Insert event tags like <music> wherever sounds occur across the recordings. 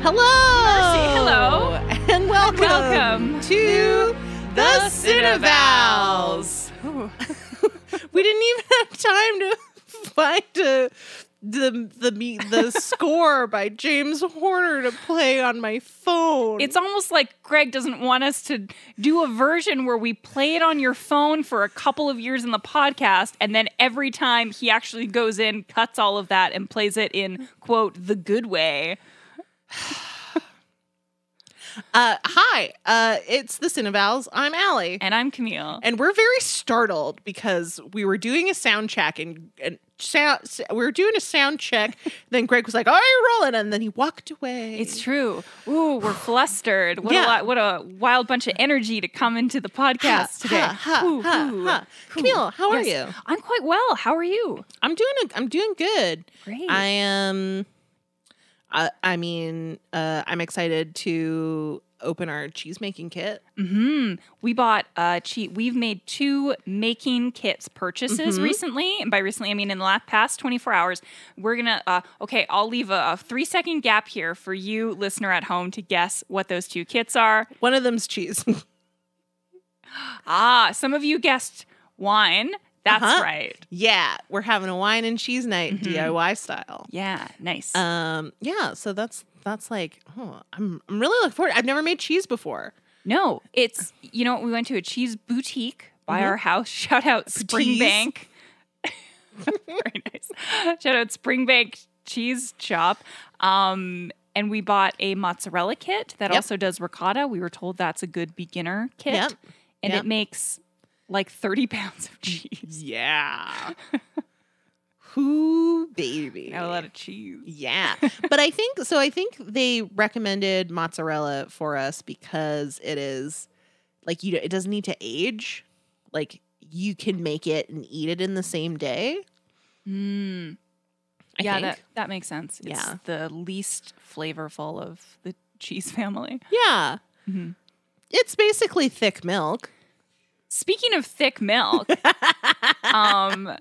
Hello. Mercy, hello. And welcome, Welcome to the Cinevals. Cinevals. we didn't even have time to <laughs> find uh, the the me- <laughs> the score by James Horner to play on my phone. It's almost like Greg doesn't want us to do a version where we play it on your phone for a couple of years in the podcast, and then every time he actually goes in, cuts all of that, and plays it in, quote, the good way. uh, hi. Uh, it's the Cinevals. I'm Allie. And I'm Camille. and we're very startled because we were doing a sound check and, and sound, s- we were doing a sound <laughs> check then greg was like all right rolling and then he walked away It's true. Ooh, we're flustered. What Yeah. a lot, what a wild bunch of energy to come into the Ha, podcast today. ha, ha, Ooh, ha, ooh, ha. ooh. camille how are Yes. you I'm quite well. How are you? i'm doing a, i'm doing good Great. i am I, I mean uh i'm excited to open our cheese making kit Hmm. We bought uh cheat. We've made two making kits purchases recently, and by recently I mean in the last past 24 hours. We're gonna. Uh, okay, I'll leave a, a three second gap here for you, listener at home, to guess what those two kits are. one of them's cheese <laughs> Ah, some of you guessed wine. That's Uh-huh. right. yeah we're having a wine and cheese night diy style Yeah. Nice. um yeah so that's that's like oh i'm, I'm really looking forward i've never made cheese before no, it's you know we went to a cheese boutique by Mhm. our house. <laughs> Shout out Springbank. <laughs> very nice. Shout out Springbank Cheese Shop. Um, and we bought a mozzarella kit that Yep. also does ricotta. We were told that's a good beginner kit, Yep. and Yep. it makes like thirty pounds <laughs> of cheese. Yeah. <laughs> Who baby. Not a lot of cheese. <laughs> yeah. But I think so I think they recommended mozzarella for us because it is like you it doesn't need to age. Like you can make it and eat it in the same day. Mm. I yeah, think. that that makes sense. It's Yeah. the least flavorful of the cheese family. yeah. Mm-hmm. Mhm. It's basically thick milk. Speaking of <laughs> thick milk, um,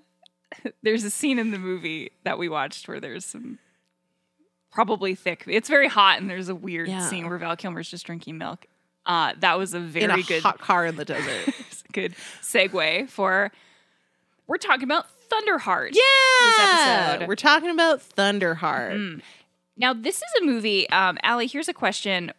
there's a scene in the movie that we watched where there's some probably thick. It's very hot, and there's a weird Yeah. scene where Val Kilmer's just drinking milk. Uh, that was a in very a good, hot car in the <laughs> desert. good <laughs> segue for. We're talking about Thunderheart. yeah. episode. We're talking about Thunderheart. Mm. Now, this is a movie. Um, Allie, here's a question.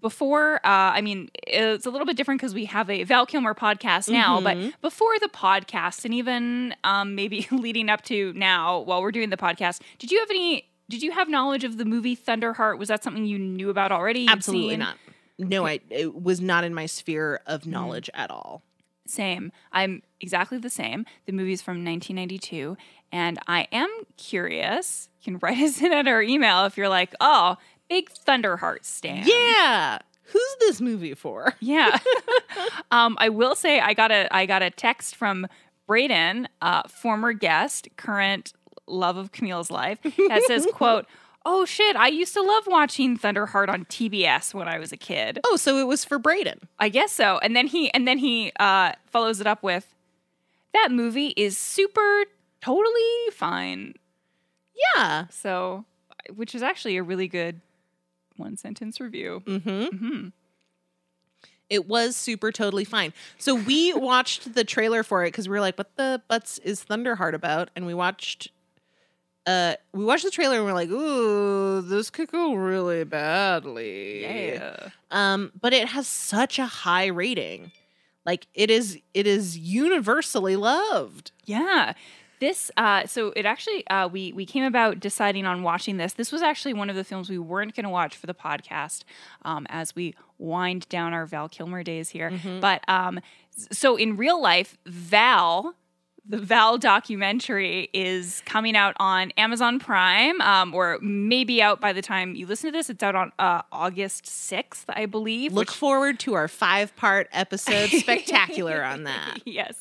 Before, uh, I mean, it's a little bit different because we have a Val Kilmer podcast now, Mhm. but before the podcast and even um, maybe <laughs> leading up to now while we're doing the podcast, did you have any? Did you have knowledge of the movie Thunderheart? Was that something you knew about already? You'd Absolutely seen? not. Mm-hmm. No, I it was not in my sphere of knowledge at all. Same. I'm exactly the same. The movie's from 1992, and I am curious. You can write <laughs> us in at our email if you're like, oh, big Thunderheart stand. Yeah. Who's this movie for? Yeah. um, I will say I got a I got a text from Braden, uh, former guest, current love of Camille's life, that says, quote, Oh shit, I used to love watching Thunderheart on TBS when I was a kid. Oh, so it was for Braden. I guess so. And then he and then he uh, follows it up with that movie is super totally fine. Yeah. So which is actually a really good one sentence review. Mm-hmm. hmm It was super totally fine. So we <laughs> watched the trailer for it because we were like, what the butts is Thunderheart about? And we watched uh we watched the trailer and we're like, ooh, this could go really badly. Yeah. um but it has such a high rating like it is it is universally loved Yeah. This uh, so it actually uh, we we came about deciding on watching this. This was actually one of the films we weren't going to watch for the podcast um, as we wind down our Val Kilmer days here. But um, s- so in real life, Val. The Val documentary is coming out on Amazon Prime, um, or maybe out by the time you listen to this. It's out on uh, August sixth, I believe. look which- forward to our five part episode spectacular on that <laughs> yes.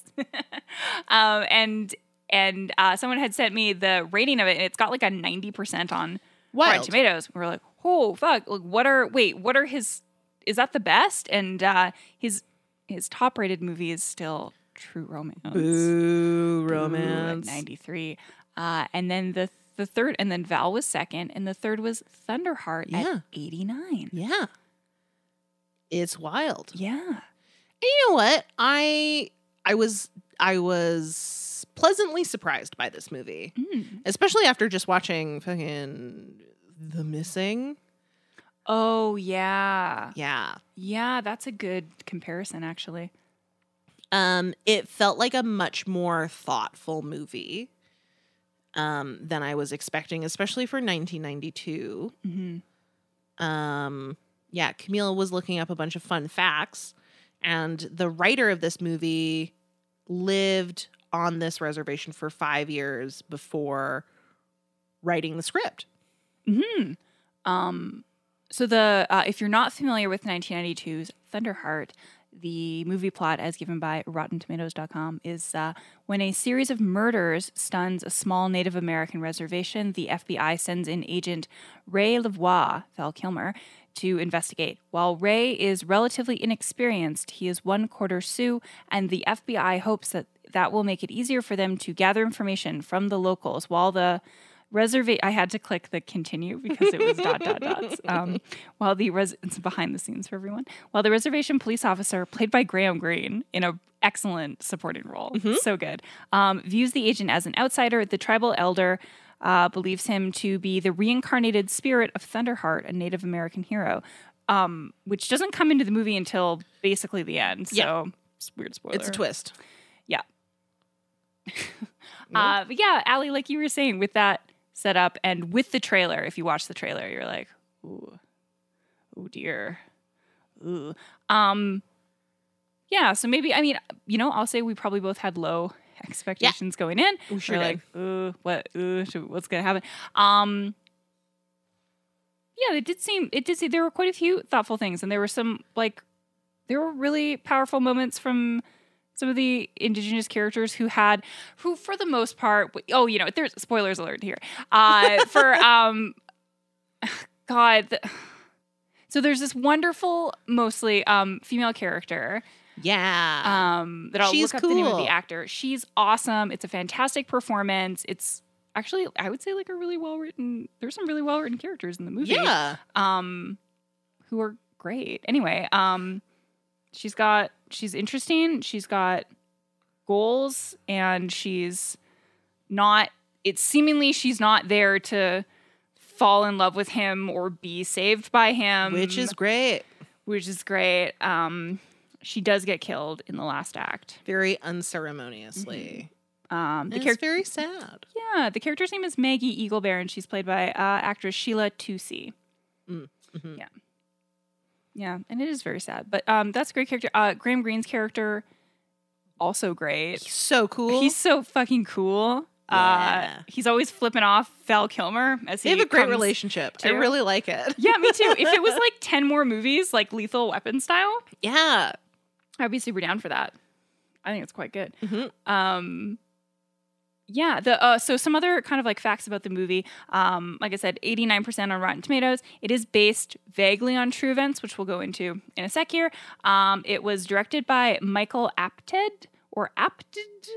um, and and uh, someone had sent me the rating of it, and it's got like a ninety percent on Rotten Wild. Tomatoes. We were like, oh fuck! Like, what are wait? What are his? Is that the best? And uh, his his top rated movie is still True Romance. Boo romance. ninety three. Uh, and then the The third, and then Val was second, and the third was Thunderheart Yeah. at 89. Yeah. It's wild. Yeah. And you know what? I I was I was pleasantly surprised by this movie, Mm. especially after just watching fucking The Missing. Oh, yeah. Yeah. Yeah, that's a good comparison, actually. Um it felt like a much more thoughtful movie um than I was expecting, especially for 1992. hmm um yeah camille was looking up a bunch of fun facts and the writer of this movie lived on this reservation for five years before writing the script hmm Um, so the uh, if you're not familiar with 1992's Thunderheart, the movie plot, as given by RottenTomatoes.com, is uh, when a series of murders stuns a small Native American reservation. The FBI sends in agent Ray Lavoie, Val Kilmer, to investigate. While Ray is relatively inexperienced, he is one quarter Sioux, and the FBI hopes that that will make it easier for them to gather information from the locals. While the reservation, I had to click the continue because it was dot dot dots. <laughs> Um, while the res- it's behind the scenes for everyone. While the reservation police officer, played by Graham Greene, in a excellent supporting role, Mm-hmm. so good, um, views the agent as an outsider. The tribal elder uh, believes him to be the reincarnated spirit of Thunderheart, a Native American hero, um, which doesn't come into the movie until basically the end. So Yeah. it's a weird spoiler. it's a twist Uh, but yeah, Allie, like you were saying, with that setup and with the trailer, if you watch the trailer, you're like, ooh, oh dear. Ooh. Um, yeah, so maybe, I mean, you know, I'll say we probably both had low <laughs> expectations going in. We sure are like, ooh, what, ooh, should- what's going to happen? Um, yeah, it did seem, it did seem, there were quite a few thoughtful things, and there were some, like, there were really powerful moments from some of the indigenous characters who had who for the most part w- oh you know there's spoilers alert here uh for um god the, so there's this wonderful mostly um female character yeah um that I'll She's look up the name of cool. the actor she's awesome it's a fantastic performance it's actually I would say like a really well written there's some really well written characters in the movie yeah um who are great. Anyway, um she's got she's interesting, she's got goals and she's not it's seemingly she's not there to fall in love with him or be saved by him, which is great which is great. Um she does get killed in the last act. very unceremoniously Um the it's character very sad yeah, the character's name is Maggie Eaglebear and she's played by uh, actress Sheila Tusi. Mhm. Yeah, and it is very sad. But um, that's a great character. Uh, Graham Greene's character, also great. so cool He's so fucking cool. Yeah. Uh, he's always flipping off Val Kilmer as they he have a great comes- relationship i to- really like it Yeah, me too. <laughs> if it was like ten more movies, like Lethal Weapon style, yeah I'd be super down for that. I think it's quite good. Mhm. Um, yeah. The uh, so some other kind of like facts about the movie. Um, like I said, eighty nine percent on Rotten Tomatoes. It is based vaguely on true events, which we'll go into in a sec here. Um, it was directed by Michael Apted or Apted,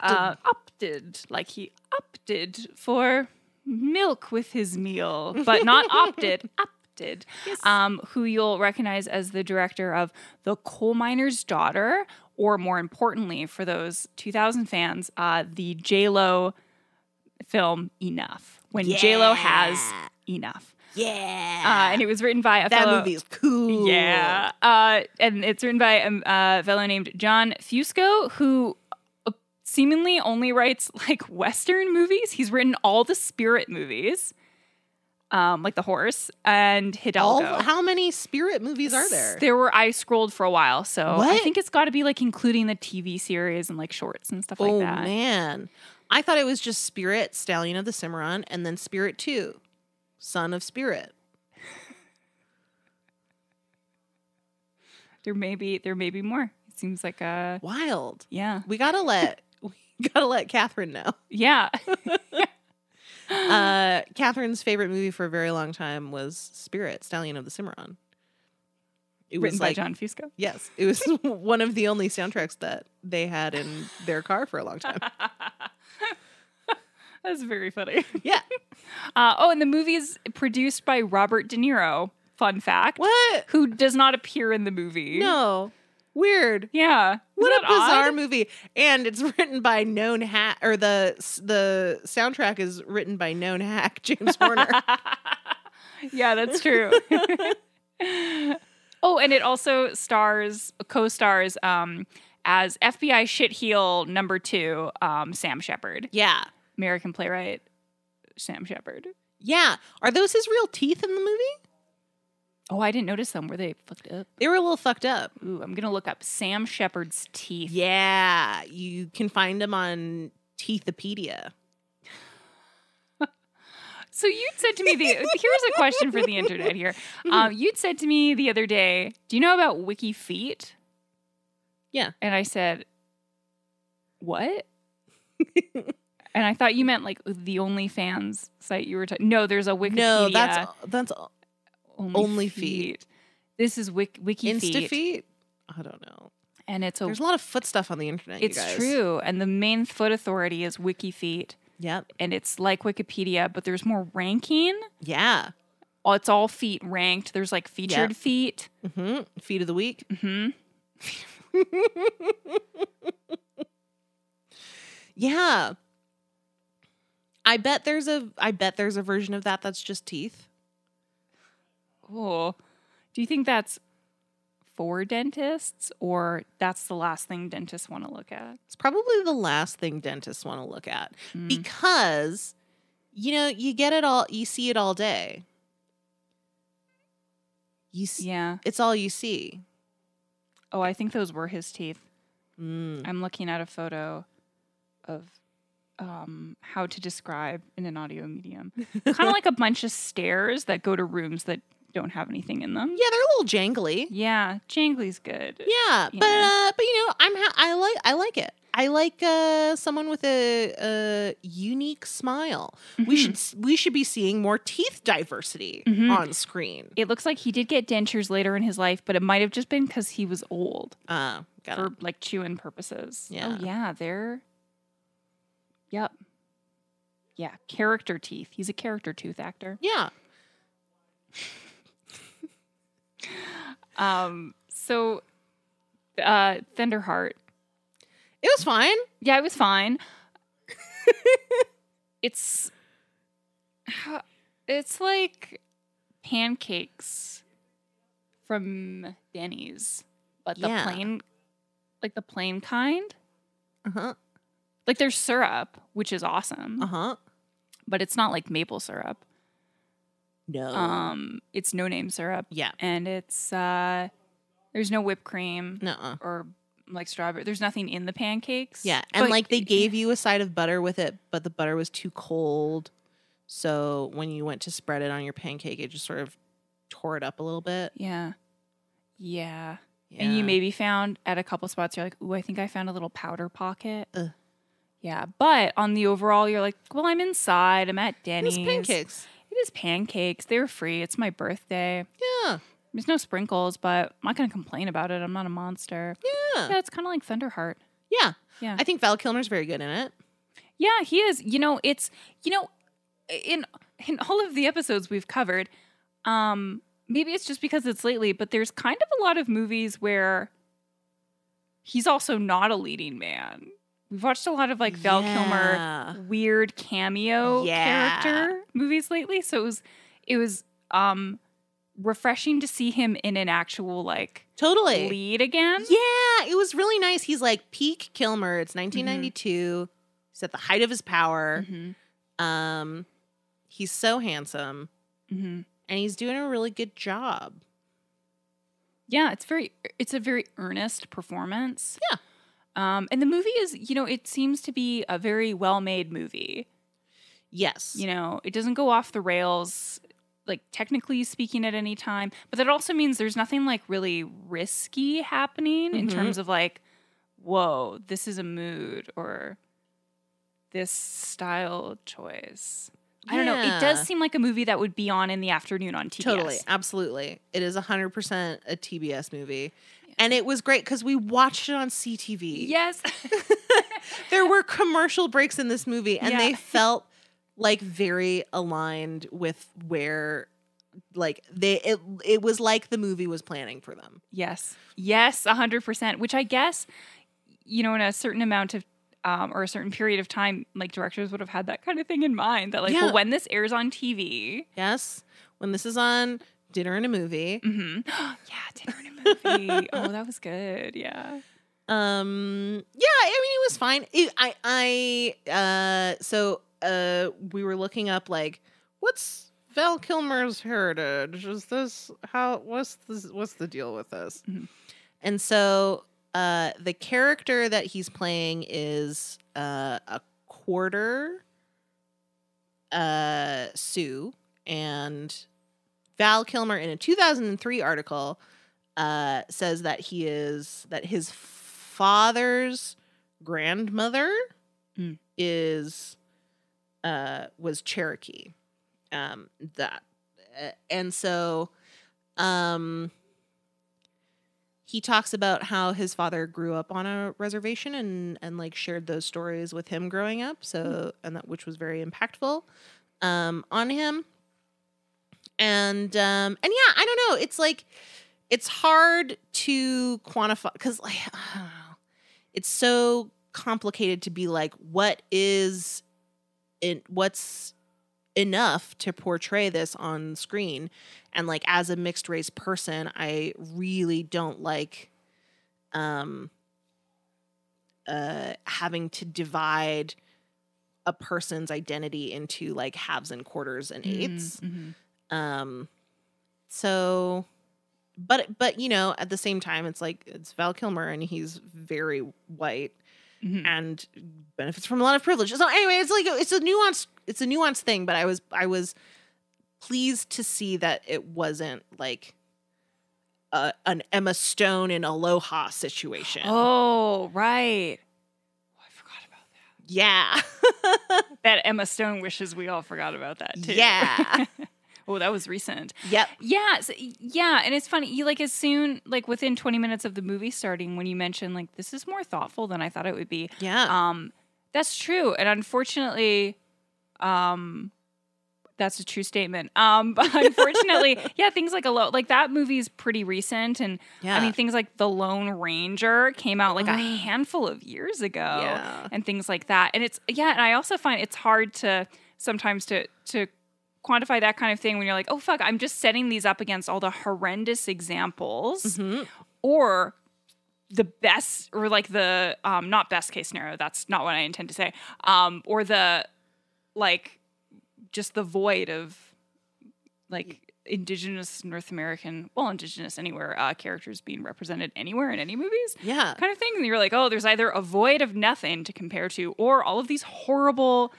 Uh, opted like he opted for milk with his meal, but not opted. Opted um, who you'll recognize as the director of The Coal Miner's Daughter, or more importantly, for those 2000 fans, uh, the Lo film Enough, when J Lo has Enough. yeah Uh, and it was written by a that fellow. movie is cool Yeah. Uh, and it's written by um, a fellow named John Fusco, who uh, seemingly only writes like Western movies. He's written all the spirit movies. Um, like the horse and All, Hidalgo. how many spirit movies are there? There were. I scrolled for a while, so I What? think it's got to be like including the TV series and like shorts and stuff oh like that. man, I thought it was just Spirit, Stallion of the Cimarron, and then Spirit Two, Son of Spirit. There may be. There may be more. It seems like a Wild. yeah, We gotta let <laughs> we gotta let Catherine <gasps> know. yeah. <laughs> Uh, Catherine's favorite movie for a very long time was Spirit, Stallion of the Cimarron. It Written was by like John Fusco. yes, it was <laughs> one of the <laughs> only soundtracks that they had in their car for a long time. That's very funny. <laughs> Yeah. <laughs> Uh, oh, and the movie is produced by Robert De Niro. Fun fact. What? Who does not appear in the movie? No. Weird. Yeah. What Isn't a that odd? bizarre movie. And it's <laughs> written by known hack or the the soundtrack is written by known hack <laughs> James <laughs> Horner. yeah, that's true. <laughs> oh, and it also stars, co-stars um, as FBI shitheel number two, um, Sam Shepard, yeah. American playwright Sam Shepard. Yeah. Are those his real teeth in the movie? Oh, I didn't notice them. Were they fucked up? They were a little fucked up. Ooh, I'm gonna look up Sam Shepard's teeth. Yeah. You can find them on Teethopedia. So you'd said to <laughs> me the here's a question for the internet here. Mm-hmm. Um, you'd said to me the other day, do you know about Wiki Feet? Yeah. And I said, <laughs> what? and I thought you meant like the OnlyFans site you were talking. No, there's a Wikipedia. No, that's that's only, Only feet. This is Wik- Wiki Insta Feet, feet. I don't know. and it's a There's a lot of foot stuff on the internet. you it's guys. true. And the main foot authority is Wiki Feet, Yep. and it's like Wikipedia, but there's more ranking. Yeah. Oh, it's all feet ranked. There's like featured feet. hmm Feet of the week. hmm Yeah. I bet there's a I bet there's a version of that that's just teeth. Oh, do you think that's for dentists or that's the last thing dentists want to look at? It's probably the last thing dentists want to look at Mm. because you know, you get it all you see it all day. You see, yeah. it's all you see. Oh, I think those were his teeth. Mm. I'm looking at a photo of um, how to describe in an <laughs> audio medium. kind of like a bunch of stairs that go to rooms that don't have anything in them. Yeah, they're a little jangly. Yeah, jangly's good. Yeah, but Yeah. uh, but you know, I'm ha- I like I like it. I like uh, someone with a, a unique smile. We Mhm. should s- we should be seeing more teeth diversity Mhm. on screen. <laughs> It looks like he did get dentures later in his life, but it might have just been because he was old Uh, got for like chewing purposes. Yeah. Oh, yeah, they're. Yep. Yeah, character teeth. He's a character tooth actor. Yeah, Um. So, uh, Thunderheart. it was fine. Yeah, it was <laughs> fine. it's it's like pancakes from Denny's, but the Yeah. plain like the plain kind. Uh huh. Like there's syrup, which is awesome, Uh huh. but it's not like maple syrup. No. Um it's no name syrup yeah. and it's uh there's no whipped cream No. or like strawberry. There's nothing in the pancakes. Yeah, and but- like they gave you a side of butter with it, but the butter was too cold. So when you went to spread it on your pancake, it just sort of tore it up a little bit. Yeah. Yeah. And Yeah. you maybe found at a couple spots, you're like, ooh, I think I found a little powder pocket. Ugh. Yeah. But on the overall, you're like, well, I'm inside. I'm at It was Denny's. pancakes. It is pancakes. They were free. It's my birthday. Yeah. There's no sprinkles, but I'm not going to complain about it. I'm not a monster. Yeah. Yeah, it's kind of like Thunderheart. Yeah. Yeah. I think Val Kilmer's very good in it. Yeah, he is. You know, it's you know, in in all of the episodes we've covered, um, maybe it's just because it's lately, but there's kind of a lot of movies where he's also not a leading man. We've watched a lot of like Val Kilmer Yeah. weird cameo Yeah. character movies lately, so it was it was um refreshing to see him in an actual like Totally. lead again. Yeah, it was really nice. He's like peak Kilmer. It's 1992. He's at the height of his power. hmm Um, he's so handsome, hmm and he's doing a really good job. Yeah, it's very it's a very earnest performance. Yeah. Um and the movie is, you know, it seems to be a very well-made movie. Yes. You know, it doesn't go off the rails like technically speaking at any time, but that also means there's nothing like really risky happening in Mhm. terms of like whoa, this is a mood or this style choice. I don't know. It does Yeah. seem like a movie that would be on in the afternoon on TBS. Totally, absolutely. It is 100% a TBS movie. And it was great because we watched it on CTV. Yes. There were commercial breaks in this movie, and Yeah. <laughs> they felt like very aligned with where like they it, it was like the movie was planning for them. Yes. Yes, 100%, which I guess, you know, in a certain amount of um, or a certain period of time, like directors would have had that kind of thing in mind that, like, Yeah. well, when this airs on TV, Yes. When this is on dinner and a movie. hmm <gasps> yeah, dinner and <laughs> a movie. oh, that was good. Yeah. Um yeah, I mean it was fine. It, I I uh so uh we were looking up like what's Val Kilmer's heritage? Is this how what's this what's the deal with this? Mhm. And so uh the character that he's playing is uh a quarter uh Sue and Val Kilmer in a 2003 article uh, says that he is that his father's grandmother Mm. is uh, was Cherokee. Um, that uh, and so um, he talks about how his father grew up on a reservation and and like shared those stories with him growing up. So and that which was very impactful um, on him. And um, and yeah, I don't know. It's like it's hard to quantify because like <sighs> I don't know. it's so complicated to be like what is it what's enough to portray this on screen and like as a mixed race person i really don't like um uh having to divide a person's identity into like halves and quarters and eighths Mhm. um so but but you know at the same time it's like it's Val Kilmer and he's very white Mhm. and benefits from a lot of privilege. So anyway, it's like it's a nuanced it's a nuanced thing, but I was I was pleased to see that it wasn't like a, an Emma Stone in Aloha situation. Oh, right. Oh, I forgot about that. yeah. That Emma Stone wishes we all forgot about <laughs> that too. <laughs> Yeah. oh, that was recent. yep. Yeah, so, yeah, and it's funny. You like as soon like within 20 minutes of the movie starting when you mentioned like this is more thoughtful than I thought it would be. Yeah. Um that's true. And unfortunately um that's a true statement. Um <laughs> but unfortunately, yeah, things like a lo- like that movie is pretty recent and yeah. I mean things like The Lone Ranger came out like a Ugh. handful of years ago yeah. and things like that. And it's yeah, and I also find it's hard to sometimes to to quantify that kind of thing when you're like, oh fuck, I'm just setting these up against all the horrendous examples Mhm. or the best or like the um not best case scenario, that's not what I intend to say. Um or the like just the void of like indigenous North American, well indigenous anywhere uh characters being represented anywhere in any movies Yeah. kind of thing. And you're like, oh, there's either a void of nothing to compare to, or all of these horrible,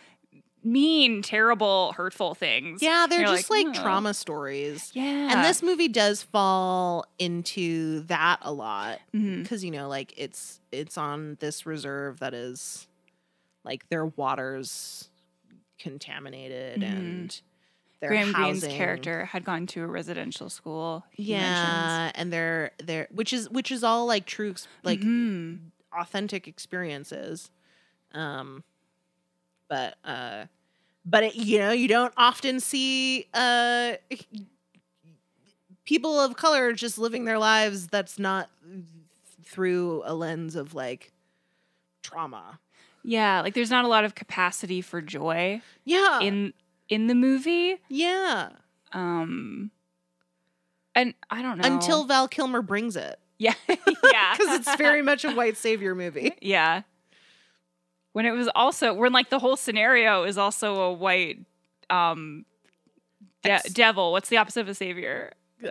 mean, terrible, hurtful things. Yeah, they're You're just like, oh. trauma stories. Yeah. And this movie does fall into that a lot Mhm. because you know, like it's it's on this reserve that is like their waters contaminated Mhm. and their Graham housing. Greene's character had gone to a residential school. he mentions. yeah, and their their which is which is all like true ex- like Mhm. authentic experiences. Um, but uh, but it, you know, you don't often see uh people of color just living their lives that's not through a lens of like trauma. yeah, like there's not a lot of capacity for joy Yeah, in in the movie. yeah. Um and I don't know Until Val Kilmer brings it, yeah <laughs> <laughs> yeah because it's <laughs> very much a white savior movie. Yeah. When it was also when like the whole scenario is also a white um de- Ex- devil. What's the opposite of a savior? Uh,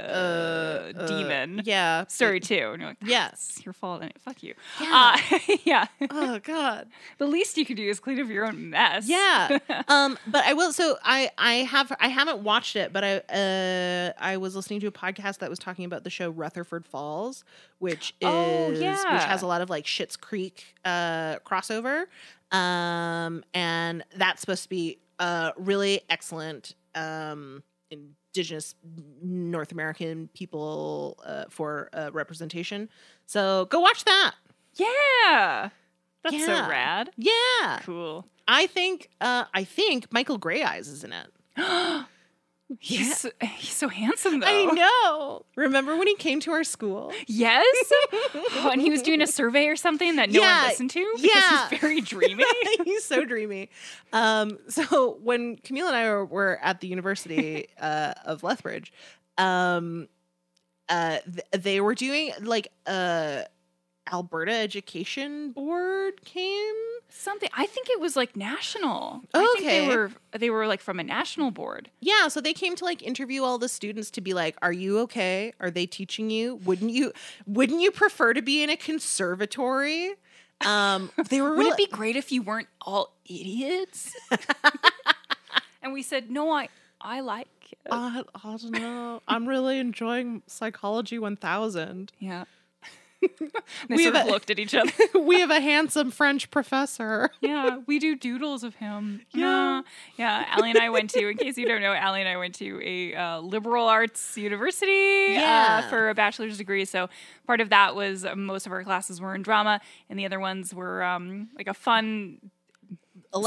uh, demon. Yeah, Story two. And you're like, Yes. it's your fault and fuck you. Yeah. Uh, <laughs> yeah. oh God. The least you can do is clean up your own mess. Yeah. <laughs> um, but I will. So I I have I haven't watched it, but I uh I was listening to a podcast that was talking about the show Rutherford Falls, which is Oh, which yeah. has a lot of like Schitt's Creek uh crossover, um, and that's supposed to be a really excellent um indigenous North American people uh, for uh, representation. So go watch that. yeah. That's Yeah. so rad. Yeah. Cool. I think uh I think Michael Grey Eyes is in it. He's, so- he's so handsome though. <laughs> I know. Remember when he came to our school? <laughs> Yes. Oh, and he was doing a survey or something that no Yeah, one listened to because yeah. he's <laughs> very dreamy. <laughs> He's so dreamy. Um, so when Camille and I were, were at the <laughs> University uh, of Lethbridge, um, uh, th- they were doing like a Alberta Education Board came. something. I think it was like national. I think Okay. they were they were like from a national board. Yeah, so they came to like interview all the students to be like, "Are you okay? Are they teaching you? Wouldn't you wouldn't you prefer to be in a conservatory?" Um, they were Would really it be great if you weren't all <laughs> idiots? and we said, "No, I I like it." I, I don't know. I'm really enjoying Psychology <laughs> 1000. yeah. <laughs> they We sort have of a- looked at each other. we have a handsome French professor. <laughs> yeah, we do doodles of him. Yeah. Yeah. Yeah. Allie and I went to, in case you don't know, Allie and I went to a uh, liberal arts university Yeah. uh, for a bachelor's degree. So part of that was uh, most of our classes were in drama, and the other ones were um, like a fun,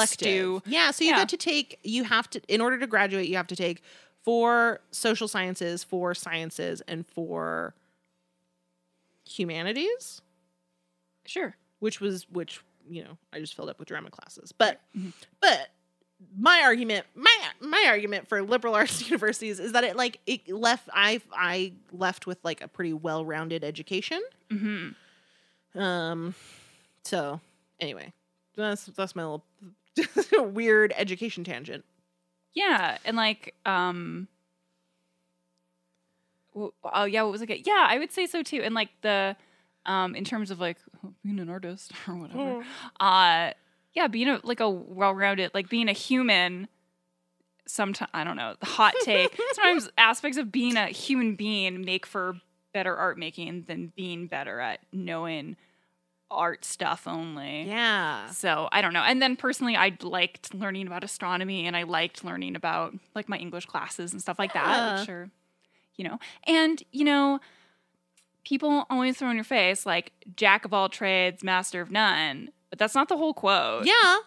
Stew. Yeah, so you Yeah. got to take you have to in order to graduate, you have to take four social sciences, four sciences, and four humanities, sure. which was which, you know, I just filled up with drama classes. But but my argument, my my argument for liberal <laughs> arts universities is that it like it left I I left with like a pretty well-rounded education. hmm Um, so anyway, that's that's my little <laughs> weird education tangent. Yeah, and like, um, w- oh yeah, what was it? Yeah, I would say so too. And like the, um, in terms of like <laughs> being an artist <laughs> or Mm. whatever, uh, yeah, being a, like a well-rounded, like being a human. Sometimes I don't know. Hot take. Sometimes aspects of being a human being make for better art making than being better at knowing art stuff only. Yeah. So I don't know. And then personally, I liked learning about astronomy and I liked learning about like my English classes and stuff like that, Yeah. which are, you know, and, you know, people always throw in your face like jack of all trades, master of none, but that's not the whole quote. Yeah.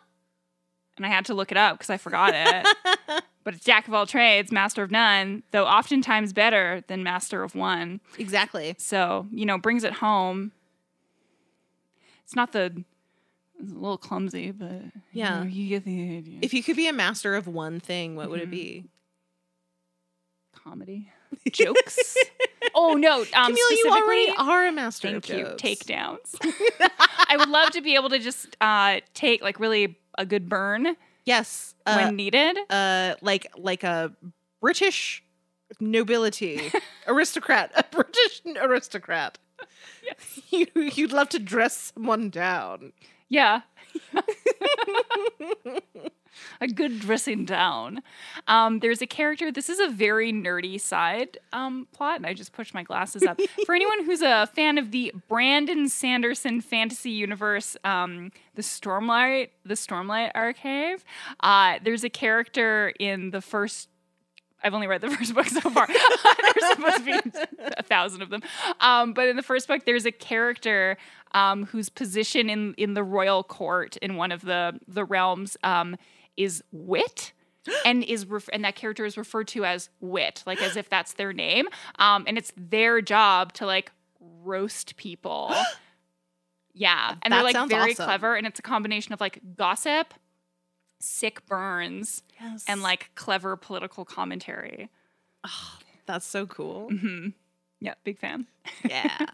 And I had to look it up because I forgot it. <laughs> but it's jack of all trades, master of none, though oftentimes better than master of one. exactly. So, you know, brings it home. It's not the it's a little clumsy, but you Yeah. know, you get the idea. If you could be a master of one thing, what would it Mhm. be? <laughs> comedy jokes. oh no, um, Camille, you already specifically- oh, are a master Thank of you. jokes. Takedowns. <laughs> I would love to be able to just uh, take like really a good burn Yes. Uh, when needed. uh, like like a British <laughs> nobility aristocrat, a British aristocrat. Yes. <laughs> You, you'd love to dress someone down. Yeah. a good dressing down. Um, there's a character, this is a very nerdy side um, plot, and I just pushed my glasses up. For anyone who's a fan of the Brandon Sanderson fantasy universe, um, the Stormlight, the Stormlight Archive, uh, there's a character in the first I've only read the <laughs> first book so far. there's supposed to be a thousand of them. Um, but in the first book, there's a character um, whose position in in the royal court in one of the the realms um, is <gasps> wit. And is ref- and that character is referred to as wit, like as if that's their name, um, and it's their job to like roast <gasps> people. yeah, and That they're like sounds very awesome. clever, and it's a combination of like gossip, sick burns, Yes. and like clever political commentary. that's so <laughs> cool. hmm Yeah, big fan. Yeah.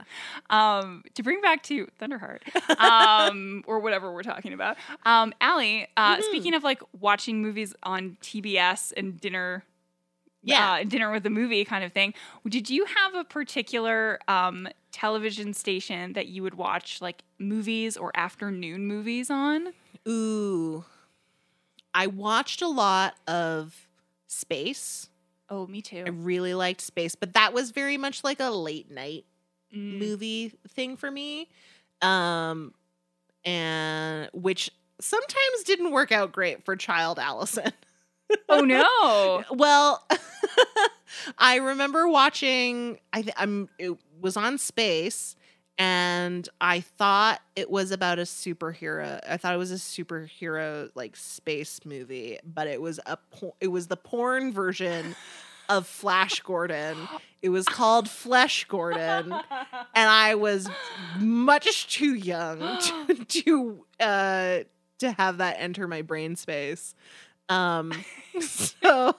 Um, to bring back to Thunderheart, um, <laughs> or whatever we're talking about, um, Allie, uh, Mhm. speaking of like watching movies on TBS and dinner, Yeah. uh, dinner with a movie kind of thing, did you have a particular um, television station that you would watch like movies or afternoon movies on? Ooh. I watched a lot of space. Oh, me I too. really liked space, but that was very much like a late night Mm. movie thing for me. Um and which sometimes didn't work out great for child Allison. Oh no. <laughs> <laughs> Well, I remember watching. I th- I'm. It was on Space, and I thought it was about a superhero. I thought it was a superhero like space movie, but it was a por- it was the porn version of Flash Gordon. It was called Flesh Gordon, and I was much <laughs> too young to to, uh, to have that enter my brain space. Um, so.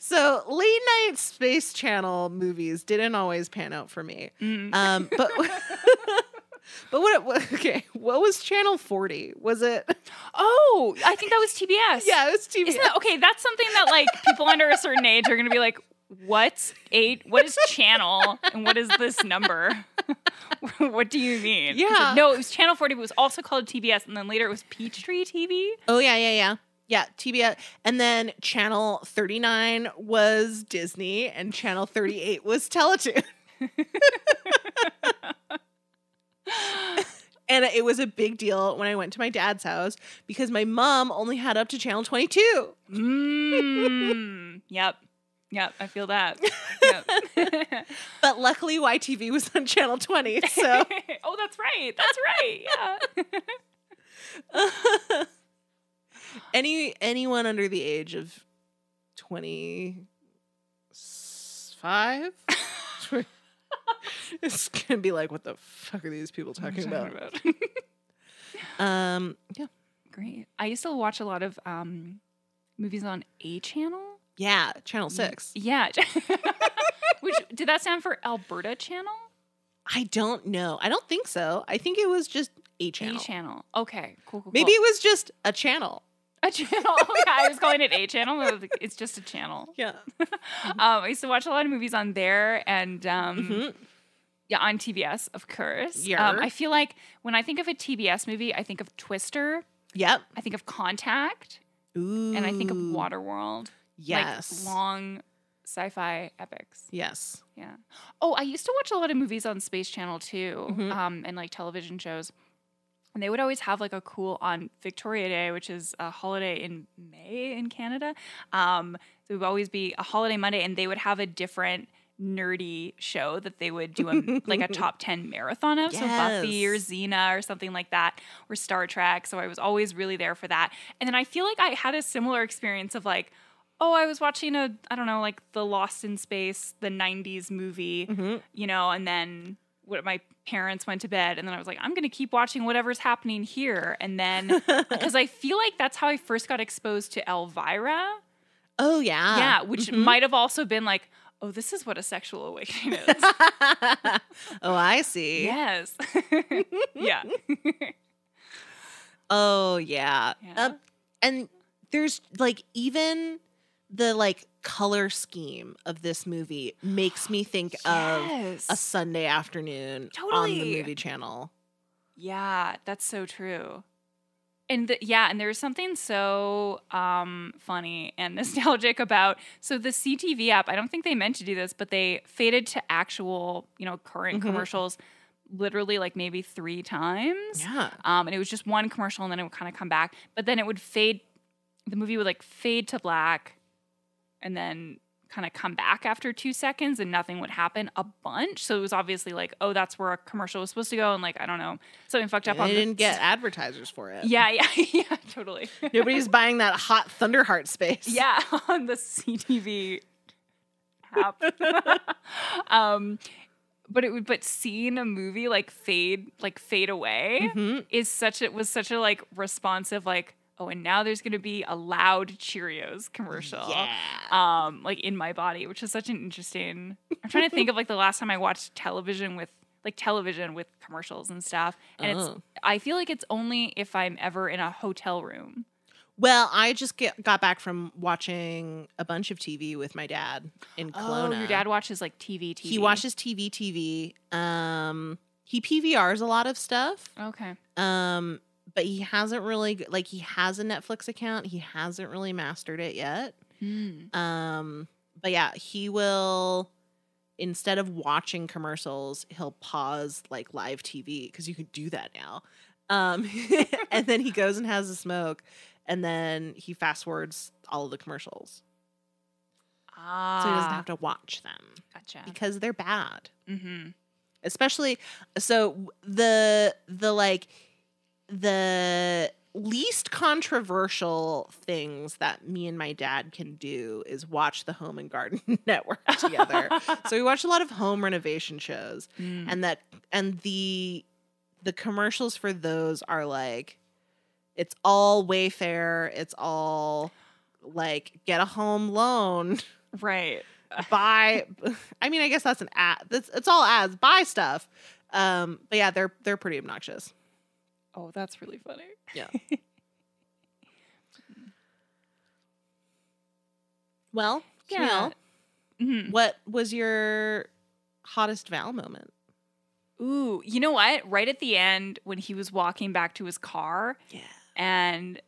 So late night space channel movies didn't always pan out for me. Mm. Um, but <laughs> but what, what? Okay, what was Channel Forty? Was it? oh, I think that was TBS. Yeah, it was TV. Isn't that okay? That's something that like people under a certain age are gonna be like, what's eight? What is channel? And what is this number? <laughs> what do you mean? It's like, Yeah. no, it was Channel 40, but it was also called TBS, and then later it was Peachtree TV. oh yeah, yeah, yeah, yeah. TBS, and then Channel Thirty Nine was Disney, and Channel Thirty Eight was Teletoon. <laughs> And it was a big deal when I went to my dad's house because my mom only had up to channel 22. <laughs> Mm. yep. Yep. I feel that. Yep. But luckily, YTV was on channel 20. <laughs> So <laughs> oh, that's right. That's right. Yeah. <laughs> any anyone under the age of 25 <laughs> it's gonna be like what the fuck are these people <laughs> talking about um yeah <laughs> Great. I used to watch a lot of um, movies on A Channel. yeah channel six Yeah. <laughs> Which did that stand for Alberta Channel? i don't know i don't think so i think it was just a channel, A Channel. Okay. Cool. cool, cool. maybe it was just a channel a channel. <laughs> Okay, I was calling it A Channel. but It's just a <laughs> channel. yeah Um, I used to watch a lot of movies on there and um, Mhm. yeah, on TBS, of course. Yeah. Um, I feel like when I think of a TBS movie, I think of Twister. yep I think of Contact, Ooh. and I think of Waterworld. Mm. yes Like long sci-fi epics. yes Yeah. Oh, I used to watch a lot of movies on Space Channel too, Mhm. um, and like television shows. And they would always have like a cool on Victoria Day, which is a holiday in May in Canada. Um, so it would always be a holiday Monday, and they would have a different nerdy show that they would do a, like a top 10 marathon of. So Buffy or Yes. Xena or something like that, or Star Trek. So I was always really there for that. And then I feel like I had a similar experience of like, oh, I was watching a, I don't know, like the Lost in Space, the 90s movie, Mhm. you know, and then what my parents went to bed. And then I was like, I'm going to keep watching whatever's happening here. And then, because I feel like that's how I first got exposed to Elvira. oh yeah yeah, which Mhm. might have also been like, oh, this is what a sexual awakening <laughs> is. oh i see yes. <laughs> yeah. Oh yeah. Yeah. Um, and there's like even the like color scheme of this movie makes me think of a Yes. Sunday afternoon on Totally. the movie channel. Yeah, that's so true. And the, yeah, and there's something so um, funny and <laughs> nostalgic about so the CTV app. I don't think they meant to do this, but they faded to actual, you know, current Mhm. commercials, literally like maybe three times. Yeah. Um, and it was just one commercial, and then it would kind of come back, but then it would fade. The movie would like fade to black, and then kind of come back after two seconds, and nothing would happen a bunch. So it was obviously like, oh, that's where a commercial was supposed to go, and like I don't know, something fucked up. I on the- didn't <laughs> get advertisers for it. Yeah, <laughs> yeah, yeah, <laughs> totally. Nobody's buying that hot Thunderheart space. <laughs> Yeah, on the CTV app. <laughs> um, but it would, but seeing a movie like fade, like fade away. Mhm. is such a was such a like responsive like oh and now there's gonna be a loud Cheerios commercial Yeah. um like in my body which is such an interesting I'm trying to think of like the last time I watched television with like television with commercials and stuff and it's Oh. I feel like it's only if I'm ever in a hotel room Well, I just get, got back from watching a bunch of TV with my dad in Kelowna. oh your dad watches like TV TV He watches TV, TV. Um, he PVRs a lot of stuff. okay Um, but he hasn't really g- like he has a Netflix account. He hasn't really mastered it yet. Um, but yeah, he will instead of watching commercials, he'll pause like live TV because you can do that now. Um, <laughs> and then he goes and has a smoke, and then he fast forwards all of the commercials, ah so he doesn't have to watch them gotcha because they're bad. mm-hmm. especially so the the like the least controversial things that me and my dad can do is watch the Home and Garden <laughs> Network <laughs> Mm-hmm. together. so we watch a lot of home renovation shows Mm. and that and the the commercials for those are like it's all wayfair it's all like get a home loan right. buy <laughs> i mean i guess that's an ad that's it's all ads buy stuff um but yeah they're they're pretty obnoxious Oh, that's really funny. well Camille, Mhm. what was your hottest val moment Ooh, you know what? Right at the end, when he was walking back to his car, yeah and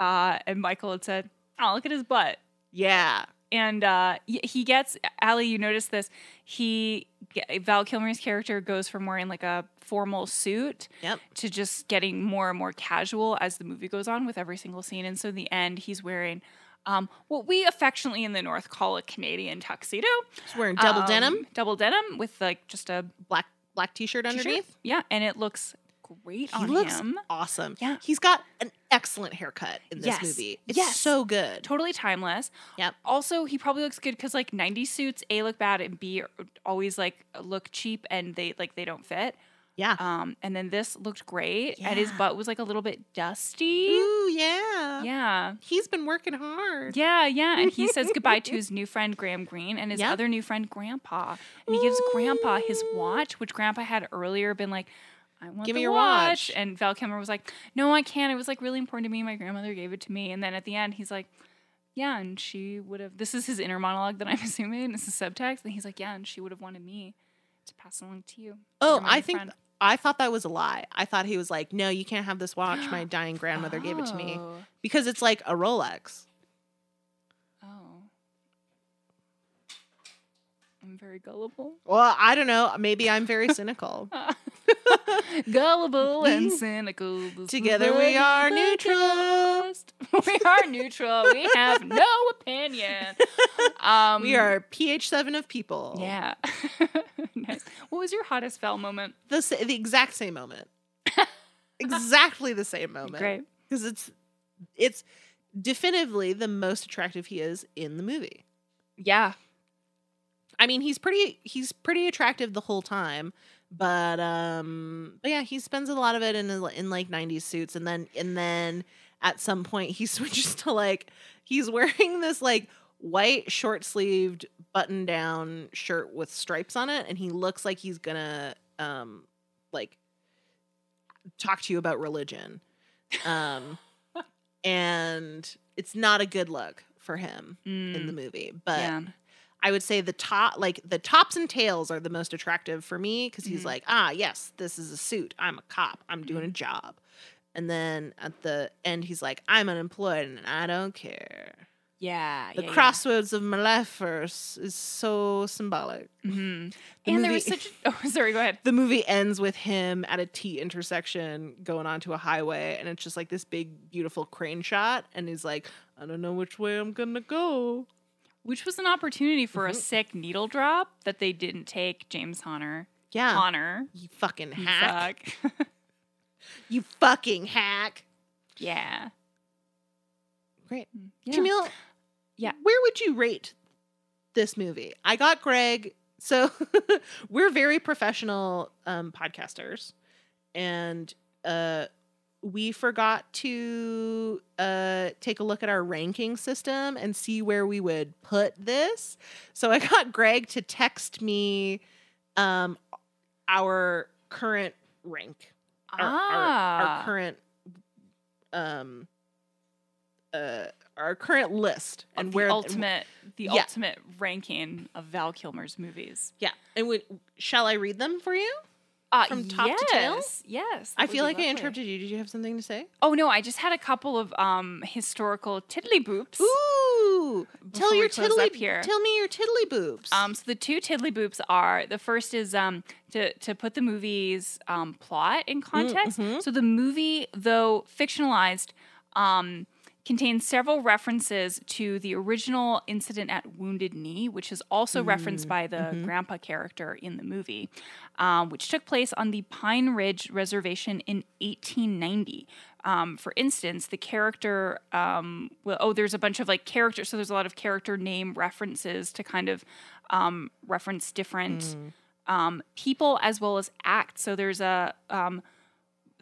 uh, and Michael had said, "Oh, look at his butt." yeah and uh, y- he gets Ali. You notice this? He ge- Val Kilmer's character goes from wearing like a formal suit Yep. to just getting more and more casual as the movie goes on with every single scene. And so in the end, he's wearing um, what we affectionately in the North call a Canadian tuxedo, just wearing double Um, denim double denim with like just a black black t-shirt t-shirt. underneath Yeah, and it looks great He on looks him. awesome. Yeah. He's got an excellent haircut in this Yes. movie. It's Yes. so good. Totally timeless. Yep. Also, he probably looks good because like 90 suits, A look bad and B are- always like look cheap and they like they don't fit. Yeah. Um, and then this looked great, and his Yeah. butt was like a little bit dusty. Ooh, yeah. Yeah. He's been working hard. Yeah, yeah. And he says goodbye <laughs> to his new friend, Graham Greene, and his Yep. other new friend, Grandpa. And he gives Grandpa his Ooh. watch, which Grandpa had earlier been like, I want Give the me your watch. watch. And Val Kilmer was like, No, I can't. It was like really important to me. My grandmother gave it to me. And then at the end, he's like, Yeah, and she would have. This is his inner monologue that I'm <laughs> assuming. This is subtext. And he's like, Yeah, and she would have wanted me to pass along to you. Oh, You're my I think friend. I thought that was a lie. I thought he was like, "No, you can't have this watch. My dying grandmother gave it to me Oh. because it's like a Rolex." Oh. I'm very gullible. Well, I don't know. Maybe I'm <laughs> very cynical. <laughs> gullible and cynical. This is Together the we are podcast. neutral. <laughs> we are neutral. We have no <laughs> opinion. Um, We are pH seven of people. Yeah. <laughs> nice. What was your hottest fell moment? the sa- the exact same <laughs> moment, exactly the same moment. Great. because it's it's definitively the most attractive he is in the movie. Yeah. I mean, he's pretty he's pretty attractive the whole time, but um, but yeah, he spends a lot of it in in like '90s suits, and then and then at some point he <laughs> switches to like he's wearing this like white short sleeved button down shirt with stripes on it, and he looks like he's gonna um like talk to you about religion, <laughs> um, and it's not a good look for him in the Mm, movie, but. yeah. I would say the top, like the tops and tails, are the most attractive for me because he's Mhm. like, ah, yes, this is a suit. I'm a cop. I'm Mm-hmm. doing a job. And then at the end, he's like, I'm unemployed and I don't care. Yeah. The yeah, yeah. crossroads of my life is, is so symbolic. Mhm. The and movie- there was such. Oh, <laughs> sorry. Go ahead. The movie ends with him at a T intersection going onto a highway, and it's just like this big, beautiful crane shot. And he's like, I don't know which way I'm gonna go. Which was an opportunity for a Mhm. sick needle drop that they didn't take. James Honor. Yeah. Honor. You fucking You hack. fuck. <laughs> You fucking hack. Yeah. Great. Mm, Yeah. Camille, Yeah. where would you rate this movie? I got Greg. So <laughs> we're very professional um, podcasters, and uh, we forgot to uh, take a look at our ranking system and see where we would put this. So I <laughs> got Greg to text me um, our current rank our, our, ah. our current um uh our current list and and the where ultimate the Yeah. ultimate ranking of Val Kilmer's movies. yeah and we, shall i read them for you Uh, From top to tail? yes, Yes. that i would feel be like i lovely. interrupted you did you have something to say Oh no, I just had a couple of um historical tiddlyboops. ooh Before tell we your close tiddly up here. tell me your tiddly boobs Um, so the two tiddlyboops are the first is um to to put the movie's um plot in context. mhm. So the movie, though fictionalized, um, contains several references to the original incident at Wounded Knee, which is also referenced by the grandpa character in the movie, um, which took place on the Pine Ridge Reservation in 1890. Um, for instance, the character, um, well, oh, there's a bunch of like characters, so there's a lot of character name references to kind of um, reference different Mm. um, people as well as acts. So there's a um,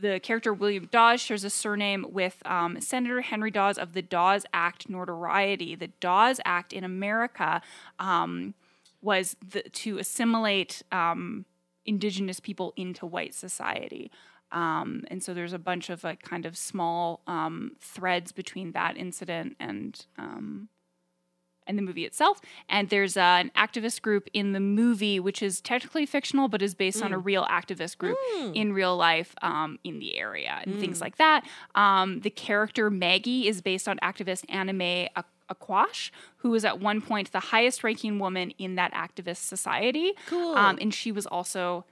the character William Dawes shares a surname with um, Senator Henry Dawes of the Dawes Act notoriety. The Dawes Act in America um, was the, to assimilate um, indigenous people into white society. Um, and so there's a bunch of like kind of small um, threads between that incident and um, and the movie itself. And there's uh, an activist group in the movie, which is technically fictional, but is based on a real activist group Mm, in real life um, in the area and things like that. Um, the character Maggie is based on activist anime Ak- Aquash, who was at one point the highest ranking woman in that activist society. Cool. Um, and she was also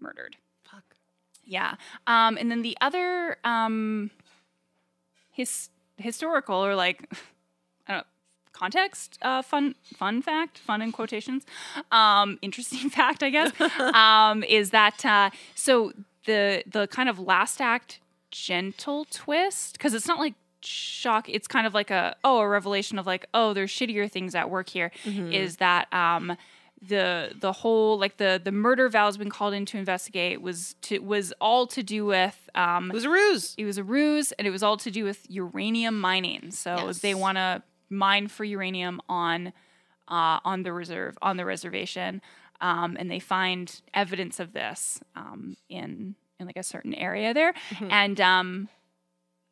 murdered. Fuck. Yeah. Um, and then the other um, his historical or like <laughs> I don't know, context uh, fun fun fact fun in quotations um, <laughs> interesting fact I guess um, is that uh, so the the kind of last act gentle twist because it's not like shock it's kind of like a oh a revelation of like oh there's shittier things at work here is that um the the whole like the the murder val's been called in to investigate was to was all to do with um It was a ruse. it was a ruse and it was all to do with uranium mining so Yes. they want to mine for uranium on uh, on the reserve on the reservation um, and they find evidence of this um, in in like a certain area there and um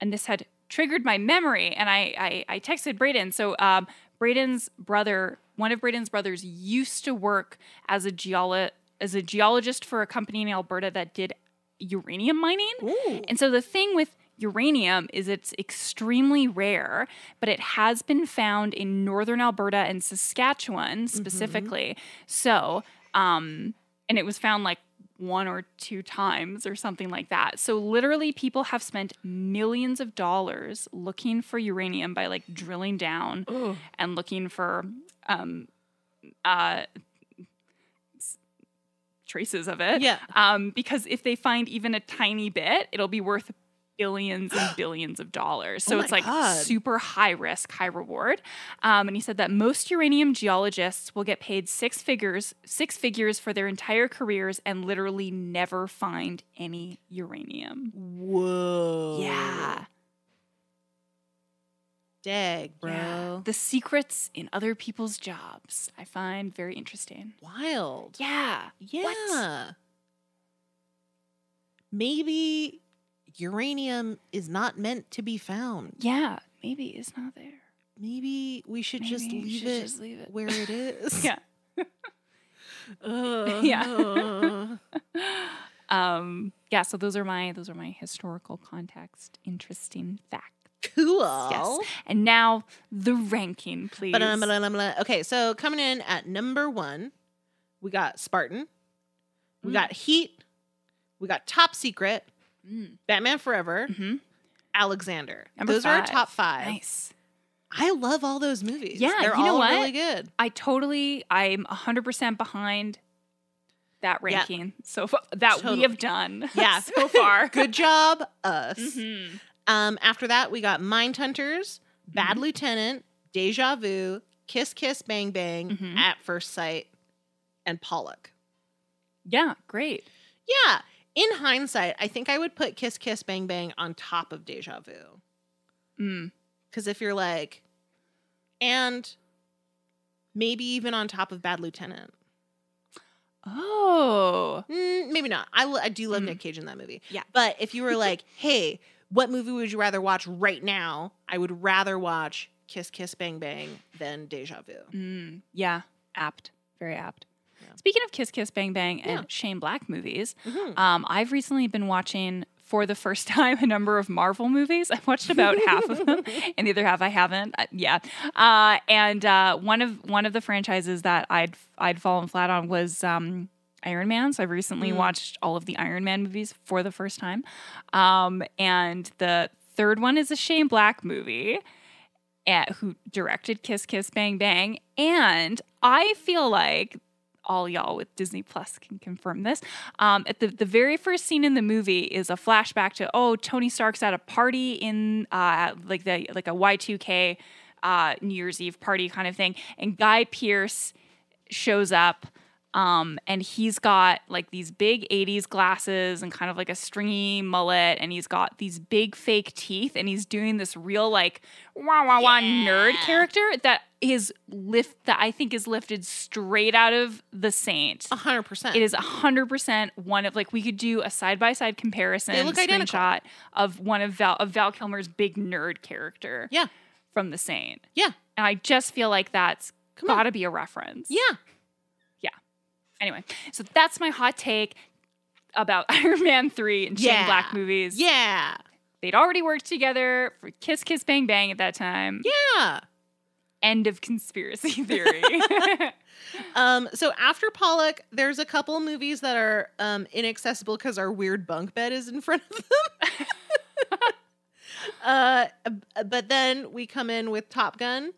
and this had triggered my memory and i i, I texted braden so um braden's brother one of braden's brothers used to work as a geolo- as a geologist for a company in alberta that did uranium mining Ooh. and so the thing with uranium is it's extremely rare, but it has been found in northern Alberta and Saskatchewan specifically. So, um, and it was found like one or two times or something like that. So literally people have spent millions of dollars looking for uranium by like drilling down Ugh. and looking for um uh s- traces of it Yeah. um because if they find even a tiny bit it'll be worth billions <gasps> and billions of dollars so Oh it's my like God. super high risk high reward um, and he said that most uranium geologists will get paid six figures six figures for their entire careers and literally never find any uranium Whoa. yeah Dag, bro. Yeah. The secrets in other people's jobs I find very interesting. Wild. Yeah. Yeah. What? Maybe uranium is not meant to be found. Yeah. Maybe it's not there. Maybe we should Maybe just you leave should it just leave it. where it is. <laughs> Uh. Yeah. Ugh. Yeah. Um, yeah, so those are my those are my historical context interesting facts. <laughs> cool. Yes. And now the ranking, please. Ba-dum-ba-dum-ba-dum. Okay, so coming in at number one, we got Spartan, we Mm. got Heat, we got Top Secret, Mm. Batman Forever, hmm Alexander. Number those are our five. top five. Nice. I love all those movies. Yeah, they're you know all what? really <laughs> good. I totally I'm 100% behind that Yeah. ranking so far that Totally. we have done <laughs> <laughs> Yeah. so far. Good job, us. Mhm. Um, after that, we got Mindhunters, Bad Mhm. Lieutenant, Deja Vu, Kiss Kiss Bang Bang, Mhm. At First Sight, and Pollock. Mm-hmm. Yeah, great. Yeah. In hindsight, I think I would put Kiss Kiss Bang Bang on top of Deja Vu. Mm. Because if you're like, and maybe even on top of Bad Lieutenant. Oh, Mm, maybe not. I, lo- I do love Mm. Nick Cage in that movie. Yeah. But if you were like, <laughs> hey, what movie would you rather watch right now? I would rather watch Kiss Kiss Bang Bang than Deja Vu. mm, yeah, apt, very apt. Yeah. Speaking of Kiss Kiss Bang Bang and Yeah. Shane Black movies, Mhm. um, I've recently been watching for the first <laughs> time a number of Marvel movies. I've watched about half of them, and the other half I haven't. Uh, yeah, uh, and uh, one of one of the franchises that I'd I'd fallen flat on was. Um, Iron Man. So I've recently Mm. watched all of the Iron Man movies for the first time. Um, and the third one is a Shane Black movie. uh, who directed Kiss Kiss Bang Bang. And I feel like all y'all with Disney Plus can confirm this. Um, at the, the very first scene in the movie is a flashback to oh Tony Stark's at a party in uh, like the like a Y two K uh, New Year's Eve party kind of thing, and Guy Pierce shows up. Um, and he's got like these big 80s glasses and kind of like a stringy mullet, and he's got these big fake teeth, and he's doing this real like wah wah wah nerd Yeah. character that is lift that I think is lifted straight out of the Saint. A hundred percent. It is 100% one of like we could do a side by side comparison They look identical. screenshot of one of Val of Val Kilmer's big nerd character Yeah. from The Saint. Yeah. And I just feel like that's Come on. got to be a reference. Yeah. Anyway, so that's my hot take about <laughs> Iron Man 3 and Shane Yeah. Black movies. Yeah. They'd already worked together for Kiss Kiss Bang Bang at that time. Yeah. End of conspiracy <laughs> theory. <laughs> Um, so after Pollock, there's a couple movies that are um, inaccessible because our weird bunk bed is in <laughs> front of them. <laughs> uh, but then we come in with Top Gun,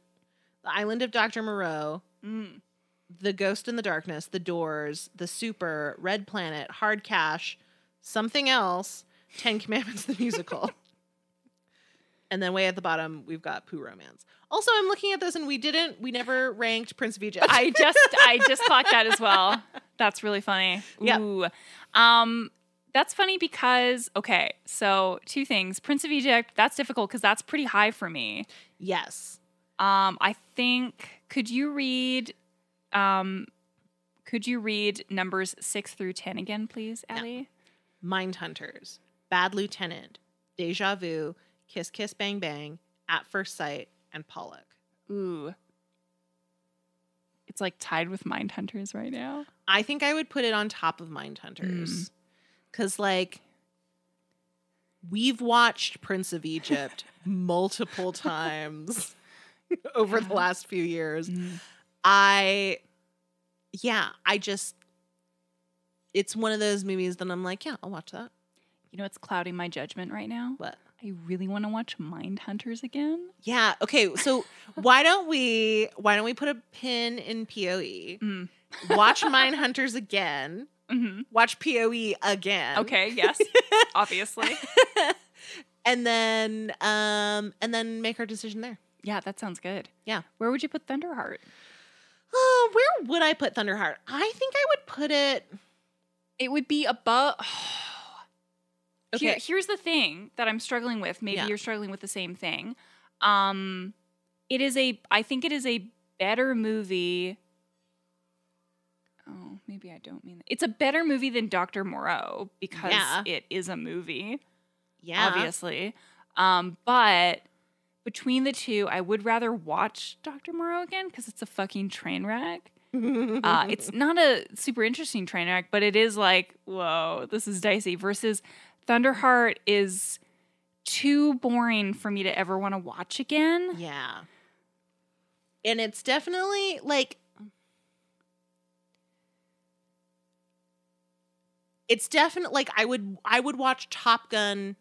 The Island of Dr. Moreau, Mm. The Ghost in the Darkness, The Doors, The Super, Red Planet, Hard Cash, Something Else, Ten Commandments, the musical. And then way at the bottom, we've got Pooh Romance. Also, I'm looking at this and we didn't, we never ranked Prince of <laughs> Egypt. I just I just thought that as well. That's really funny. Yep. Ooh. Um that's funny because okay, so two things. Prince of Egypt, that's difficult because that's pretty high for me. yes. Um I think could you read um could you read numbers 6 through 10 again please, No. Ellie? Mindhunters, Bad Lieutenant, Deja Vu, Kiss Kiss Bang Bang, At First Sight, and Pollock. Ooh. It's like tied with Mindhunters right now. I think I would put it on top of Mindhunters. Mm. Cause like we've watched Prince of <laughs> Egypt multiple times over the Yeah. last few years. Mm. I yeah, I just it's one of those movies that I'm like, yeah, I'll watch that. You know it's clouding my judgment right now? What? I really want to watch Mindhunters again. Yeah. Okay. <laughs> So why don't we why don't we put a pin in POE? Mm. Watch Mine Hunters again. Mhm. Watch POE again. <laughs> Okay, yes. Obviously. and then um and then make our decision there. <laughs> Yeah, that sounds good. Yeah. Where would you put Thunderheart? Oh, where would I put Thunderheart? I think I would put it It would be <sighs> above Here, Okay. here's the thing that I'm struggling with. Maybe Yeah. you're struggling with the same thing. Um it is a I think it is a better movie. Oh, maybe I don't mean that. It's a better movie than Dr. Moreau because Yeah. it is a movie. Yeah. obviously. Um, but between the two, I would rather watch Dr. Moreau again because it's a fucking train wreck. <laughs> Uh, it's not a super interesting train wreck, but it is like, whoa, this is dicey. Versus Thunderheart is too boring for me to ever want to watch again. Yeah. And it's definitely like It's definitely like I would I would watch Top Gun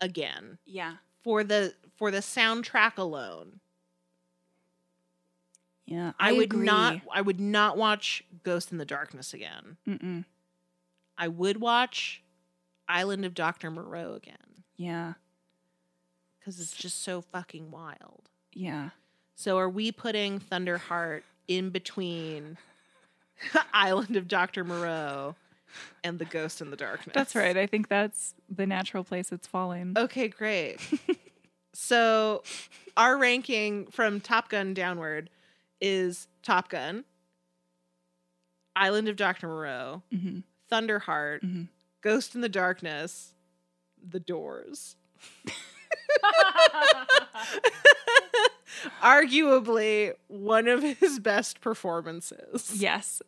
again Yeah. for the for the soundtrack alone. Yeah. I, would not I would not watch Ghost in the Darkness again. Mm-mm. I would watch Island of Dr. Moreau again Yeah. cuz it's just so fucking wild. Yeah. So are we putting Thunderheart in between <laughs> Island of Dr. Moreau and The Ghost in the Darkness? That's right. I think that's the natural place it's falling. Okay, great. <laughs> so our ranking from Top Gun downward is Top Gun, Island of Dr. Moreau, <laughs> Mm-hmm. Thunderheart, Mhm. Ghost in the Darkness, The Doors. Arguably one of his best performances. yes.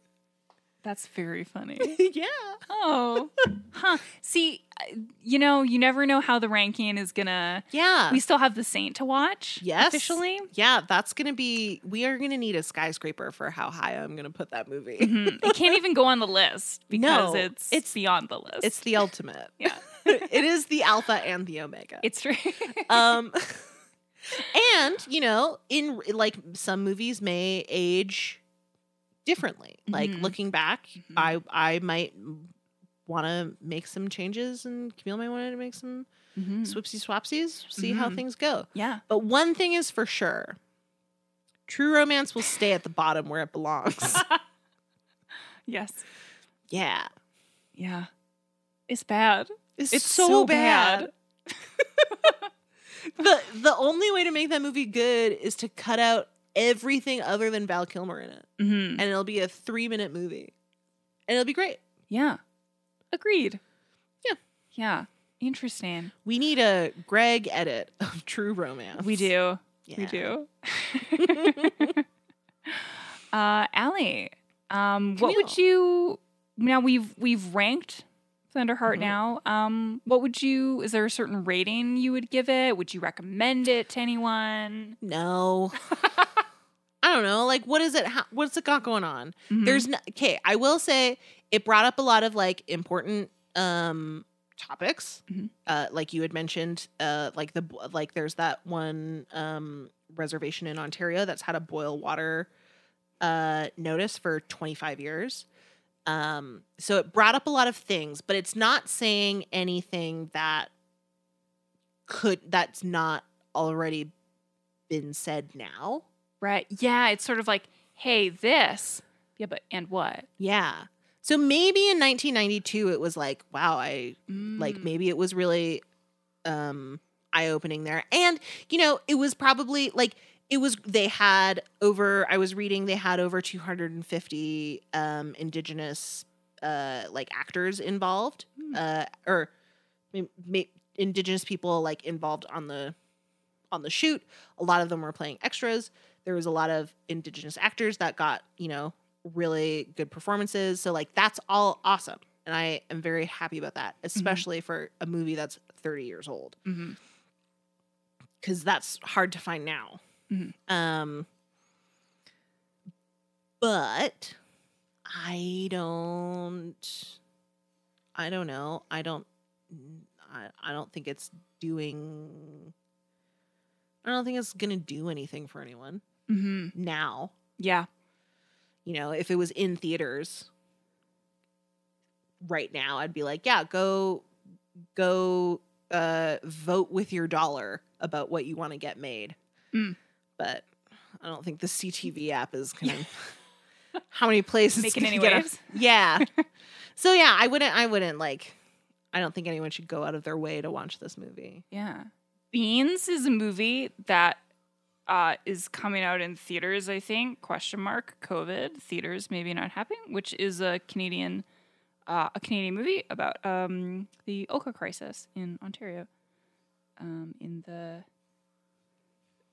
That's very funny. <laughs> yeah. Oh, huh. See, I- you know, you never know how the ranking is gonna. Yeah. We still have the Saint to watch. Yes. officially. yeah, that's going to be, we are going to need a skyscraper for how high I'm going to put that movie. Mhm. It can't even go on the list because No, it's it's it's- beyond the list. It's the <laughs> ultimate. yeah, <laughs> it is the alpha and the omega. it's true. <laughs> um, And, you know, in like some movies may age differently. Like Mhm. looking back, Mhm. I I might want to make some changes and Camille might want to make some Mhm. swoopsie swapsies, see how Mhm. things go. Yeah. But one thing is for sure. True romance will stay at the bottom where it belongs. Yes. yeah. Yeah. It's bad. It's, It's so, so bad. bad. the the only way to make that movie good is to cut out everything other than Val Kilmer in it. Mm-hmm. And it'll be a three minute movie. And it'll be great. Yeah. Agreed. Yeah. Yeah. Interesting. We need a Greg edit of True Romance. We do. Yeah. We do. <laughs> uh, Allie, um, what would you? Now we've we've ranked Thunderheart. Mhm. Now, um, what would you? Is there a certain rating you would give it? Would you recommend it to anyone? No. I don't know. Like, what is it? How, what's it got going on? Mm-hmm. There's no, okay. I will say it brought up a lot of like important um topics, Mhm. uh, like you had mentioned. Uh, like the like there's that one um reservation in Ontario that's had a boil water uh notice for 25 years. Um, so it brought up a lot of things, but it's not saying anything that could that's not already been said now. right. Yeah, it's sort of like, hey, this. Yeah, but and what? Yeah. So maybe in 1992 it was like, wow, I like Mm. maybe it was really um eye-opening there. And you know, it was probably like it was they had over I was reading they had over 250 um indigenous uh like actors involved Hmm. uh or m- m- indigenous people like involved on the on the shoot. A lot of them were playing extras. There was a lot of indigenous actors that got, you know, really good performances. So like that's all awesome. And I am very happy about that, especially for a movie that's 30 years old Mhm. cuz that's hard to find now. Mhm. Um but I don't I don't know. I don't I, I don't think it's doing I don't think it's going to do anything for anyone Mhm. now. Yeah. You know, if it was in theaters right now, I'd be like, yeah, go go uh vote with your dollar about what you want to get made. Mm. But I don't think the CTV app is going <laughs> to how many places Make it can you get a- anyways. <laughs> <laughs> Yeah. so yeah, I wouldn't I wouldn't like I don't think anyone should go out of their way to watch this <gasps> movie. Yeah. Beans is a movie that uh, is coming out in theaters, I think, question mark, COVID, theaters maybe not happening, which is a Canadian uh, a Canadian movie about um, the Oka crisis in Ontario um, in the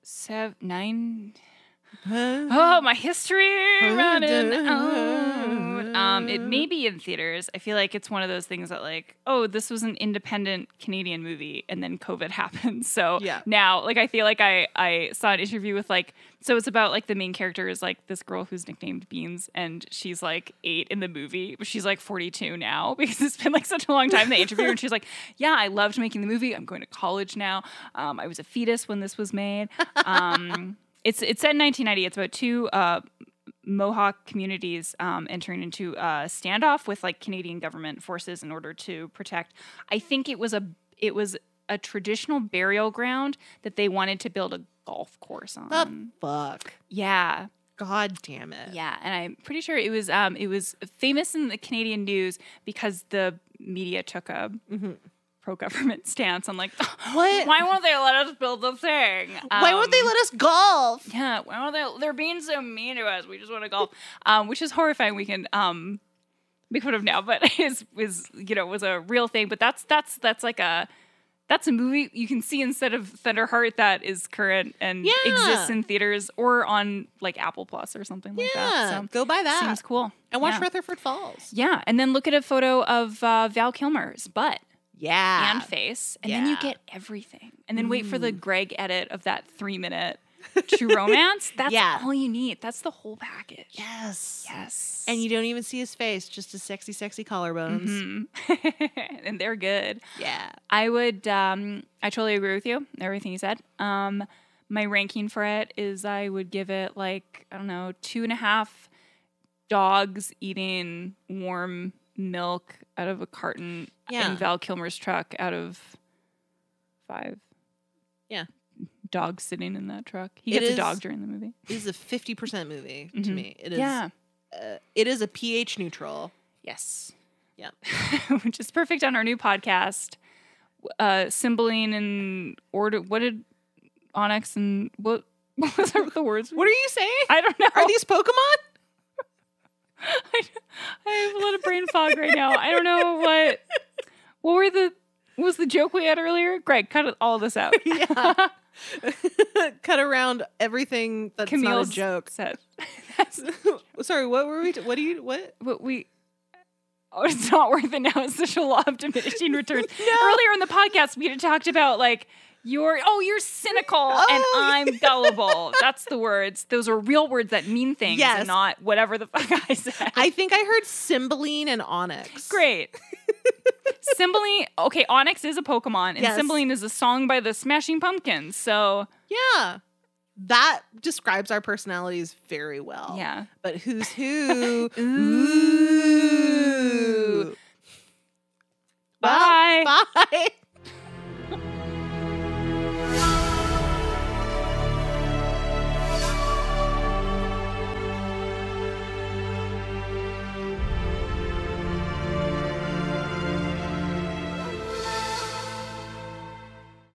sev- nine Oh, my history running out. Um, it may be in theaters. I feel like it's one of those things that, like, oh, this was an independent Canadian movie, and then COVID <laughs> happened. So Yeah. now, like, I feel like I I saw an interview with like, so it's about like the main character is like this girl who's nicknamed Beans, and she's like eight in the movie, but she's like forty two now <laughs> because it's been like such a long time. They interviewed her, and she's like, yeah, I loved making the movie. I'm going to college now. Um, I was a fetus when this was made. Um, it's it's set in 1990. It's about two uh, Mohawk communities um, entering into a standoff with like Canadian government forces in order to protect. I think it was a it was a traditional burial ground that they wanted to build a golf course on. The fuck. Yeah, God damn it. yeah, and I'm pretty sure it was um, it was famous in the Canadian news because the media took a Mhm. pro government <laughs> stance on like What? why won't they let us build the thing? Why won't they Um, let us golf? yeah, why are they? They're being so mean to us. We just want to golf, um, which is horrifying. We can um, make fun of now, but <laughs> is is you know was a real thing. But that's that's that's like a that's a movie you can see instead of Thunderheart that is current and Yeah. exists in theaters or on like Apple Plus or something like yeah, that. go buy So that seems cool. and watch yeah. Rutherford Falls. Yeah, and then look at a photo of uh, Val Kilmer's butt Yeah, and face, and then you yeah. Mm. get everything. And then wait for the Greg edit of that three <laughs> minute true romance. That's Yeah. all you need. That's the whole package. yes, Yes. And you don't even see his face, just his sexy, sexy collarbones. Mhm. <laughs> and they're good. Mm-hmm. Yeah, I would um I totally agree with you, everything you said. Um my ranking for it is I would give it like, I don't know, two and a half dogs eating warm milk out of a carton Yeah. in Val Kilmer's truck out of five. Yeah. Dogs sitting in that truck. He It gets is- a dog during the movie. It is a 50% movie to Mhm. me. It is yeah. uh, it is a pH neutral. Yes. Yeah. <laughs> Which is perfect on our new podcast. Uh symboling and order what did Onyx and what <laughs> what was the words? What are you saying? I don't know. Are Oh. these Pokemon? <laughs> I, <laughs> I have a lot of brain fog right now. I don't know what what were the what was the joke we had earlier? Greg, cut it- all <laughs> this out. Yeah. <laughs> Cut around everything that's Camille's not a joke. said <laughs> that's <laughs> Sorry, what were we? T- what do you? What? what we Oh, it's not worth it now. It's such a law of <laughs> diminishing returns. Earlier in the podcast, we had talked about like you're oh you're cynical <laughs> and Oh, I'm gullible. That's the words. Those are real words that mean things Yes. and not whatever the fuck I said. <laughs> I think I heard Cymbeline and Onyx. Great. Cymbeline, okay, Onyx is a Pokemon, and Yes. Cymbeline is a song by the Smashing Pumpkins. So, Yeah. That describes our personalities very well. yeah. But who's who? Ooh. Well, Bye. Bye.